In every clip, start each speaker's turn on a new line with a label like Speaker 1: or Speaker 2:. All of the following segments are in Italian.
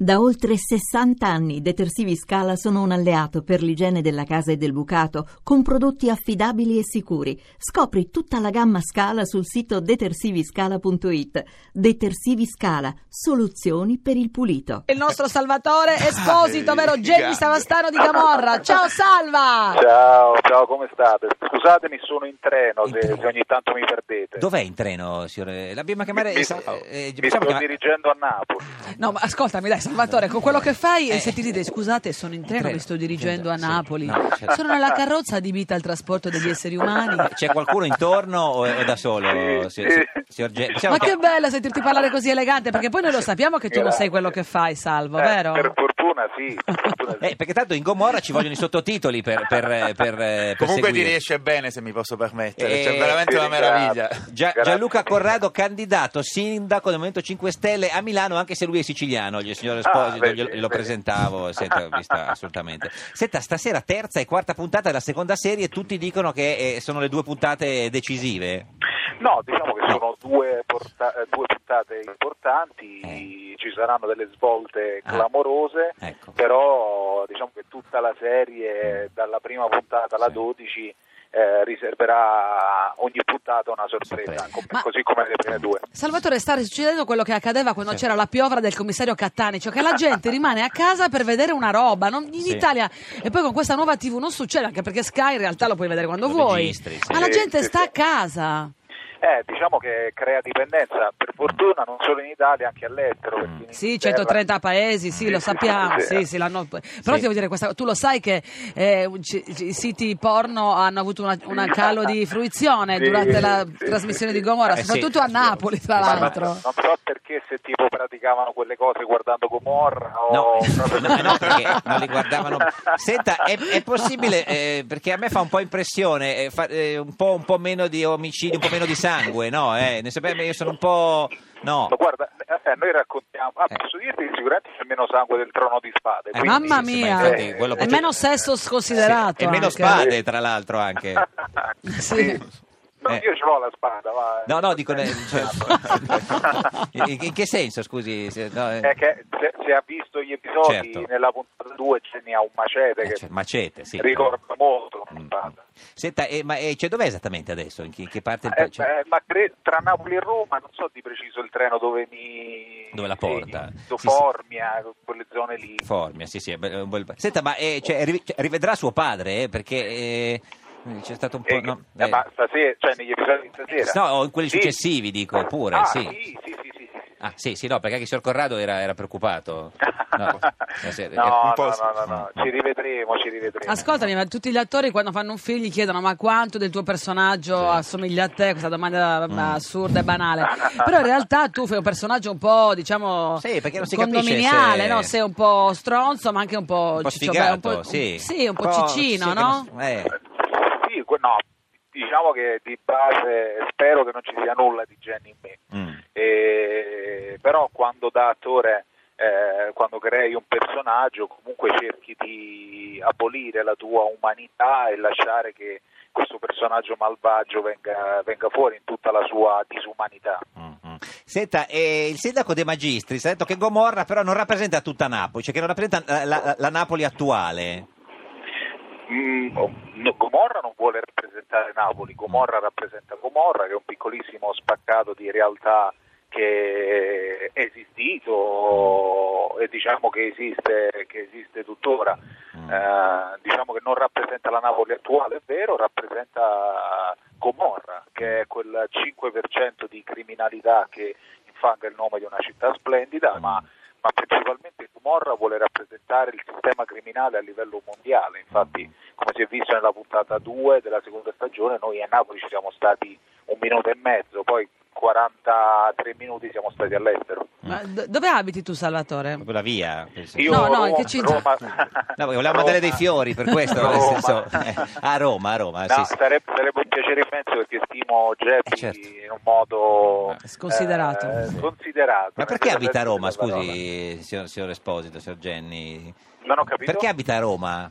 Speaker 1: Da oltre 60 anni i detersivi Scala sono un alleato per l'igiene della casa e del bucato, con prodotti affidabili e sicuri. Scopri tutta la gamma Scala sul sito detersiviscala.it. Detersivi Scala, soluzioni per il pulito.
Speaker 2: il nostro Salvatore Esposito,
Speaker 3: Ah,
Speaker 2: vero
Speaker 3: eh,
Speaker 2: Jamie
Speaker 3: grande.
Speaker 2: Savastano di Camorra. Ciao
Speaker 3: Ah.
Speaker 2: Salva!
Speaker 4: Ciao, ciao, come state? Scusatemi, sono in treno,
Speaker 3: In
Speaker 4: se,
Speaker 3: treno.
Speaker 4: se ogni tanto mi perdete.
Speaker 3: Dov'è in treno, signore? L'abbiamo chiamata...
Speaker 4: Mi, mi-
Speaker 3: eh,
Speaker 4: mi sto
Speaker 3: possiamo chiamare-
Speaker 4: dirigendo a Napoli.
Speaker 2: No, ma ascoltami, dai, Salvatore, con quello che fai,
Speaker 3: Eh.
Speaker 2: se ti dite scusate, sono in treno,
Speaker 3: Treno,
Speaker 2: mi sto dirigendo a
Speaker 3: sì,
Speaker 2: Napoli.
Speaker 3: no, certo. Ah,
Speaker 2: Sono nella carrozza adibita al trasporto degli esseri umani.
Speaker 3: C'è qualcuno intorno o è da solo,
Speaker 4: Sì,
Speaker 3: si-
Speaker 4: sì.
Speaker 3: si- signor Ge- possiamo
Speaker 2: Ma che
Speaker 3: chiam-
Speaker 2: bello sentirti parlare così elegante, perché poi noi lo sappiamo che tu non sai
Speaker 4: Grazie.
Speaker 2: quello che fai, Salvo,
Speaker 4: Eh,
Speaker 2: vero?
Speaker 4: Per fortuna sì. per fortuna sì.
Speaker 3: Eh, perché tanto in Gomorra ci vogliono i sottotitoli per, per, eh, per, eh, per
Speaker 5: Comunque ti
Speaker 3: seguire.
Speaker 5: riesce bene, se mi posso permettere.
Speaker 3: Eh,
Speaker 5: C'è cioè, veramente
Speaker 4: ti
Speaker 5: una
Speaker 4: ringrazio.
Speaker 5: meraviglia.
Speaker 3: Gia-
Speaker 4: Esatto. Grazie
Speaker 3: Gianluca
Speaker 4: mille.
Speaker 3: Corrado, candidato sindaco del Movimento 5 Stelle a Milano, anche se lui è siciliano, il signor Esposito
Speaker 4: Ah, vedi,
Speaker 3: glielo, glielo
Speaker 4: vedi.
Speaker 3: presentavo, senta, vista assolutamente. Senta, stasera terza e quarta puntata della seconda serie, tutti dicono che eh, sono le due puntate decisive.
Speaker 4: No, diciamo che sono due, porta- eh, due puntate importanti,
Speaker 3: Eh.
Speaker 4: ci saranno delle svolte
Speaker 3: Ah.
Speaker 4: clamorose,
Speaker 3: Ecco.
Speaker 4: però diciamo che tutta la serie, dalla prima puntata alla
Speaker 3: Sì.
Speaker 4: 12, eh, riserverà ogni puntata una sorpresa,
Speaker 3: Sorpresa.
Speaker 4: come-
Speaker 2: Ma-
Speaker 4: così come le prime due.
Speaker 2: Salvatore, sta succedendo quello che accadeva quando
Speaker 3: Sì.
Speaker 2: c'era la piovra del commissario Cattani, cioè che la gente rimane a casa per vedere una roba non- in
Speaker 3: Sì.
Speaker 2: Italia. E poi con questa nuova TV non succede, anche perché Sky in realtà lo puoi vedere quando
Speaker 3: Lo
Speaker 2: vuoi.
Speaker 3: registri, sì.
Speaker 2: Ma la
Speaker 4: Sì,
Speaker 2: gente
Speaker 4: sì,
Speaker 2: sta
Speaker 4: sì.
Speaker 2: a casa.
Speaker 4: Eh, diciamo che crea dipendenza, per fortuna non solo in Italia, anche all'estero. perché in
Speaker 2: Sì,
Speaker 4: Inghilterra-
Speaker 2: 130 paesi, sì,
Speaker 4: Eh, Sì,
Speaker 2: lo
Speaker 4: sì,
Speaker 2: sappiamo.
Speaker 4: sì, eh.
Speaker 2: Sì,
Speaker 4: sì.
Speaker 2: sì, l'hanno- Però
Speaker 3: Sì.
Speaker 2: devo dire questa tu lo sai che eh, ci- ci- i siti porno hanno avuto una- un calo di fruizione
Speaker 4: Sì,
Speaker 2: durante la
Speaker 4: sì,
Speaker 2: trasmissione
Speaker 4: sì.
Speaker 2: di Gomorra,
Speaker 3: Eh, sì.
Speaker 2: soprattutto a Napoli, tra
Speaker 3: Sì,
Speaker 4: Ma
Speaker 3: sì.
Speaker 2: l'altro.
Speaker 4: Non so perché se tipo praticavano quelle cose guardando Gomorra
Speaker 3: No,
Speaker 4: o...
Speaker 3: no, no, perché non li guardavano. Senta, è, è possibile, eh, perché a me fa un po' impressione, eh, fa- eh, un, po', un po' meno di omicidi, un po' meno di sangue, no? Eh? Ne sapete, io sono un po'... No.
Speaker 4: Ma guarda, eh, noi raccontiamo, ah,
Speaker 3: Eh.
Speaker 4: posso dirti che sicuramente c'è meno sangue del trono di spade.
Speaker 3: Eh,
Speaker 4: quindi-
Speaker 2: Mamma
Speaker 3: sì, sì,
Speaker 2: mia.
Speaker 3: ma infatti quello
Speaker 2: E
Speaker 3: pote-
Speaker 2: meno sesso sconsiderato.
Speaker 3: Sì, e meno
Speaker 2: anche.
Speaker 3: spade, tra l'altro, anche.
Speaker 2: Sì.
Speaker 4: No,
Speaker 3: Eh.
Speaker 4: io ce l'ho la spada, va.
Speaker 3: No, no, dico... eh, cioè- in in che senso, scusi? se- no, eh,
Speaker 4: È che se, se ha visto gli episodi
Speaker 3: Certo.
Speaker 4: nella puntata 2 ce ne ha un macete
Speaker 3: eh,
Speaker 4: che
Speaker 3: cioè, macete, sì.
Speaker 4: ricorda molto la
Speaker 3: Mm, mm.
Speaker 4: puntata.
Speaker 3: Senta, eh, ma eh, cioè, dov'è esattamente adesso? In chi- in che parte?
Speaker 4: Eh,
Speaker 3: cioè-
Speaker 4: beh, ma cre- tra Napoli e Roma non so di preciso il treno dove mi
Speaker 3: Dove la porta.
Speaker 4: sì,
Speaker 3: Sì, sì.
Speaker 4: Formia, quelle zone lì.
Speaker 3: Formia, sì, sì. è be- è un bel- Senta, ma eh, cioè, ri- cioè, rivedrà suo padre? eh, perché eh, c'è stato un po'.
Speaker 4: Eh,
Speaker 3: no,
Speaker 4: eh,
Speaker 3: eh,
Speaker 4: ma stasera, cioè negli episodi di stasera.
Speaker 3: no, o in quelli
Speaker 4: Sì.
Speaker 3: successivi, dico, pure.
Speaker 4: Ah,
Speaker 3: sì.
Speaker 4: sì, sì, sì, sì, sì.
Speaker 3: Ah, sì, sì, no, perché anche il signor Corrado era, era preoccupato.
Speaker 4: No,
Speaker 3: eh, se-
Speaker 4: no,
Speaker 3: eh,
Speaker 4: no,
Speaker 5: po'
Speaker 4: no, no, ci rivedremo, ci rivedremo.
Speaker 2: Ascoltami, ma tutti gli attori quando fanno un film gli chiedono ma quanto del tuo personaggio
Speaker 3: Sì.
Speaker 2: assomiglia a te? Questa domanda
Speaker 3: Mm.
Speaker 2: assurda e banale. Però in realtà tu fai un personaggio un po', diciamo,
Speaker 3: Sì, perché non si
Speaker 2: condominiale,
Speaker 3: capisce se-
Speaker 2: no? Sei un po' stronzo, ma anche un po',
Speaker 3: un po'
Speaker 2: ciccio-
Speaker 3: sfigato,
Speaker 2: un po'-
Speaker 3: sì. Oh,
Speaker 2: un po' ciccino,
Speaker 3: sì, che
Speaker 2: no?
Speaker 3: non- eh.
Speaker 4: Sì, que- no, diciamo che di base spero che non ci sia nulla di Jenny in me.
Speaker 3: Mm.
Speaker 4: E- però quando da attore, eh, quando crei un personaggio, comunque cerchi di abolire la tua umanità e lasciare che questo personaggio malvagio venga, venga fuori in tutta la sua disumanità.
Speaker 3: Mm, mm. Senta, eh, il sindaco De Magistris ha detto che Gomorra però non rappresenta tutta Napoli, cioè che non rappresenta la, la- la Napoli attuale.
Speaker 4: Mm, no, Gomorra non vuole rappresentare Napoli, Gomorra rappresenta Gomorra che è un piccolissimo spaccato di realtà che è esistito e diciamo che esiste, che esiste tuttora.
Speaker 3: Mm.
Speaker 4: Eh, diciamo che non rappresenta la Napoli attuale, è vero, rappresenta Gomorra, che è quel 5% di criminalità che infanga il nome di una città splendida,
Speaker 3: Mm.
Speaker 4: ma ma principalmente Gomorra vuole rappresentare il sistema criminale a livello mondiale. Infatti,
Speaker 3: Mm.
Speaker 4: come si è visto nella puntata 2 della seconda stagione, noi a Napoli ci siamo stati un minuto e mezzo, poi 43 minuti siamo stati all'estero.
Speaker 2: Ma do- dove abiti tu, Salvatore?
Speaker 3: Proprio la via. penso.
Speaker 2: No, no,
Speaker 4: Roma-
Speaker 2: in che città?
Speaker 4: Roma-
Speaker 3: No, perché volevamo mandare dei fiori per questo, nel
Speaker 4: Roma.
Speaker 3: senso, eh, a Roma, a Roma,
Speaker 4: No,
Speaker 3: sì, sì.
Speaker 4: Sarebbe, sarebbe un piacere immenso perché stimo Geppi
Speaker 3: Eh, certo.
Speaker 4: in un modo
Speaker 3: Ah,
Speaker 2: sconsiderato.
Speaker 4: eh, sconsiderato.
Speaker 3: Ma perché
Speaker 4: Nel
Speaker 3: abita a
Speaker 4: senso
Speaker 3: Roma,
Speaker 4: della parola.
Speaker 3: scusi, signor, signor Esposito, signor Genni?
Speaker 4: Non ho capito.
Speaker 3: Perché abita a Roma?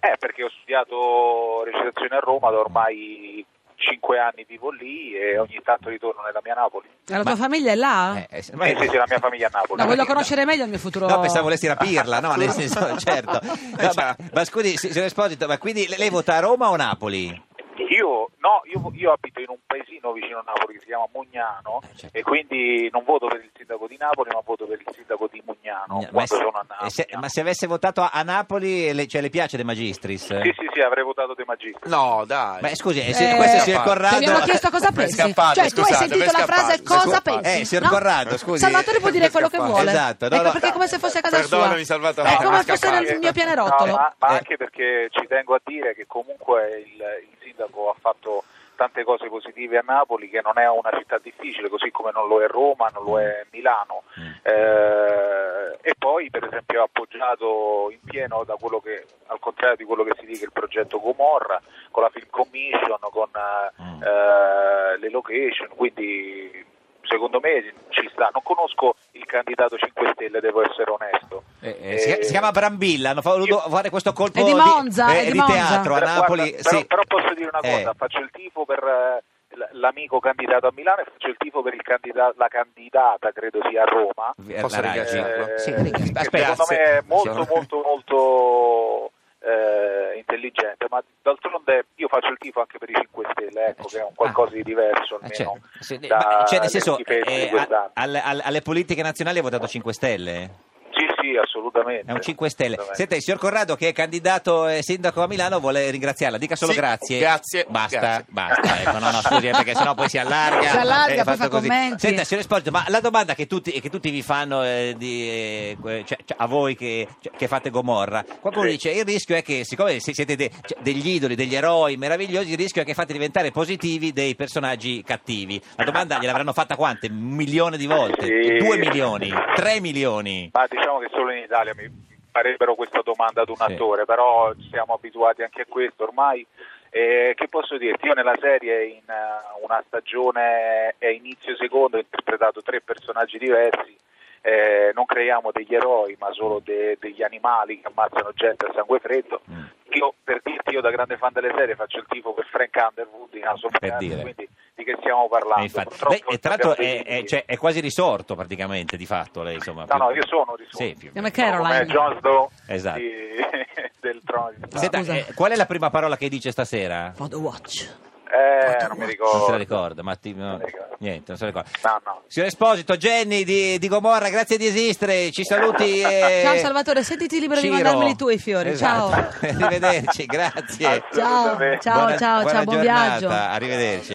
Speaker 4: Eh, perché ho studiato recitazione a Roma da ormai 5 anni vivo lì e ogni tanto ritorno nella mia Napoli.
Speaker 2: La
Speaker 3: Ma-
Speaker 2: tua famiglia è là?
Speaker 3: Eh, eh, sì,
Speaker 4: Eh, sì, sì, la mia famiglia è a Napoli.
Speaker 2: No, voglio
Speaker 3: no.
Speaker 2: conoscere meglio il mio futuro.
Speaker 3: No, pensavo volessi rapirla, no, nel senso, certo. No, ma, ma scusi, si- signor Esposito, ma quindi le- lei vota a Roma o Napoli?
Speaker 4: Io, no, io, io abito in un paesino vicino a Napoli che si chiama Mugnano
Speaker 3: Eh, certo.
Speaker 4: e quindi non voto per il sindaco di Napoli ma voto per il sindaco di Mugnano
Speaker 3: Ma
Speaker 4: quando
Speaker 3: se-
Speaker 4: sono a Napoli.
Speaker 3: se- ma se avesse votato a, a Napoli, le, cioè, le piace De Magistris?
Speaker 4: Sì, sì, sì, avrei votato De Magistris.
Speaker 5: No, dai.
Speaker 3: Beh, scusi, eh,
Speaker 2: Eh,
Speaker 3: se- questo è il signor
Speaker 5: ti
Speaker 2: Ti
Speaker 3: Corrado.
Speaker 2: abbiamo chiesto cosa
Speaker 5: Per
Speaker 2: pensi.
Speaker 5: scappare,
Speaker 2: cioè, tu hai
Speaker 5: scusate,
Speaker 2: sentito
Speaker 5: per
Speaker 2: la
Speaker 5: scappare.
Speaker 2: frase cosa
Speaker 5: Scusa,
Speaker 2: pensi?
Speaker 3: eh, signor
Speaker 2: no?
Speaker 3: Corrado, scusi.
Speaker 2: Salvatore può
Speaker 5: Per
Speaker 2: dire quello che
Speaker 5: scappare.
Speaker 2: vuole.
Speaker 3: Esatto, no,
Speaker 2: ecco
Speaker 3: no.
Speaker 2: perché è come se fosse a casa
Speaker 5: Perdonami,
Speaker 2: sua.
Speaker 5: Salvatore,
Speaker 2: È
Speaker 5: ma
Speaker 2: come
Speaker 5: scappare.
Speaker 2: fosse nel mio
Speaker 4: No,
Speaker 2: pianerottolo.
Speaker 4: ma, ma
Speaker 3: Eh.
Speaker 4: anche perché ci tengo a dire che comunque il, il sindaco ha fatto tante cose positive a Napoli, che non è una città difficile, così come non lo è Roma, non lo è Milano.
Speaker 3: Mm.
Speaker 4: Eh, e poi, per esempio, ha appoggiato in pieno, da quello che, al contrario di quello che si dice, il progetto Gomorra, con la Film Commission, con eh,
Speaker 3: Mm.
Speaker 4: eh, le location, quindi secondo me ci sta. Non conosco il candidato 5 Stelle, devo essere onesto.
Speaker 3: Eh, eh, si, si chiama Brambilla, hanno voluto fare questo colpo eh,
Speaker 2: È di Monza, è di Monza.
Speaker 3: teatro a
Speaker 4: Però,
Speaker 3: Napoli.
Speaker 4: guarda, però,
Speaker 3: sì.
Speaker 4: però posso dire una cosa,
Speaker 3: Eh,
Speaker 4: faccio il tifo per eh, l- l'amico candidato a Milano e faccio il tifo per il candida- la candidata, credo sia a Roma.
Speaker 3: eh,
Speaker 5: Posso
Speaker 3: la
Speaker 5: ringraziare?
Speaker 3: ragazzi.
Speaker 5: Cinque.
Speaker 4: Eh,
Speaker 3: Sì,
Speaker 4: che
Speaker 3: ringraziare.
Speaker 4: secondo me
Speaker 3: Grazie.
Speaker 4: è molto
Speaker 3: Signor-
Speaker 4: molto molto eh, intelligente, ma d'altronde io faccio il tifo anche per i 5 Stelle, ecco, che è un qualcosa di diverso
Speaker 3: Ah,
Speaker 4: almeno.
Speaker 3: Eh, certo. Sì,
Speaker 4: da-
Speaker 3: ma, cioè, nel
Speaker 4: dai
Speaker 3: senso,
Speaker 4: schifezze di
Speaker 3: eh,
Speaker 4: quest'anno.
Speaker 3: al- al- alle politiche nazionali ha votato 5 Stelle?
Speaker 4: Sì, sì, assolutamente.
Speaker 3: È Eh, un 5 Stelle.
Speaker 4: Assolutamente.
Speaker 3: Senta, il signor Corrado, che è candidato eh, sindaco a Milano, vuole ringraziarla. Dica solo
Speaker 5: Sì,
Speaker 3: grazie.
Speaker 5: grazie,
Speaker 3: Basta,
Speaker 5: grazie.
Speaker 3: basta. Ecco, no, no, scusi, eh, perché sennò poi si allarga.
Speaker 2: Si allarga,
Speaker 3: eh,
Speaker 2: poi
Speaker 3: fatto
Speaker 2: fa
Speaker 3: così.
Speaker 2: commenti.
Speaker 3: Senta, signor Esposito, ma la domanda che tutti, che tutti vi fanno eh, di, eh, que- cioè, cioè, a voi che, cioè, che fate Gomorra, qualcuno
Speaker 4: Sì.
Speaker 3: dice il rischio è che, siccome si- siete de- cioè, degli idoli, degli eroi meravigliosi, il rischio è che fate diventare positivi dei personaggi cattivi. La domanda gliel'avranno fatta quante? Un milione di volte?
Speaker 4: Sì.
Speaker 3: Due milioni? Tre milioni?
Speaker 4: Ma diciamo che solo in Italia mi farebbero questa domanda ad un
Speaker 3: Sì.
Speaker 4: attore, però siamo abituati anche a questo ormai. Eh, che posso dirti? Io nella serie in eh, una stagione e inizio secondo ho interpretato tre personaggi diversi. Eh, non creiamo degli eroi, ma solo de- degli animali che ammazzano gente a sangue freddo.
Speaker 3: Mm.
Speaker 4: Io per dirti, io da grande fan delle serie faccio il tifo per Frank Underwood in House of
Speaker 3: Per
Speaker 4: Cards,
Speaker 3: dire.
Speaker 4: quindi di che stiamo
Speaker 3: Eh,
Speaker 4: parlando?
Speaker 3: infatti.
Speaker 4: Purtroppo
Speaker 3: Beh, e tra l'altro
Speaker 4: abbiamo
Speaker 3: è,
Speaker 4: dei
Speaker 3: è-
Speaker 4: limiti.
Speaker 3: cioè, è quasi risorto praticamente di fatto lei insomma
Speaker 4: No, no, io sono risorto.
Speaker 3: Sì, più o
Speaker 2: Come
Speaker 3: meno.
Speaker 2: Caroline.
Speaker 4: Come Jon Snow
Speaker 3: Esatto.
Speaker 4: di- del trono di Spade.
Speaker 3: Senta,
Speaker 2: Scusa.
Speaker 3: eh, qual è la prima parola che dice stasera?
Speaker 2: For the watch.
Speaker 4: Eh,
Speaker 3: Non se
Speaker 4: non mi
Speaker 3: la
Speaker 4: ricordo.
Speaker 3: ricorda, ma ti- no,
Speaker 4: Non mi ricordo.
Speaker 3: niente, non se la ricorda.
Speaker 4: No, no.
Speaker 3: Signor Esposito, Jenny di, di Gomorra, grazie di esistere, ci saluti. e-
Speaker 2: Ciao, Salvatore, sentiti libero di
Speaker 3: Ciro.
Speaker 2: mandarmeli tu i fiori,
Speaker 3: Eh, Esatto.
Speaker 2: ciao.
Speaker 3: Arrivederci, grazie.
Speaker 2: Ciao,
Speaker 4: Assolutamente.
Speaker 2: ciao,
Speaker 3: Buona-
Speaker 2: ciao,
Speaker 3: buona
Speaker 2: ciao, buon
Speaker 3: giornata,
Speaker 2: viaggio.
Speaker 3: Arrivederci.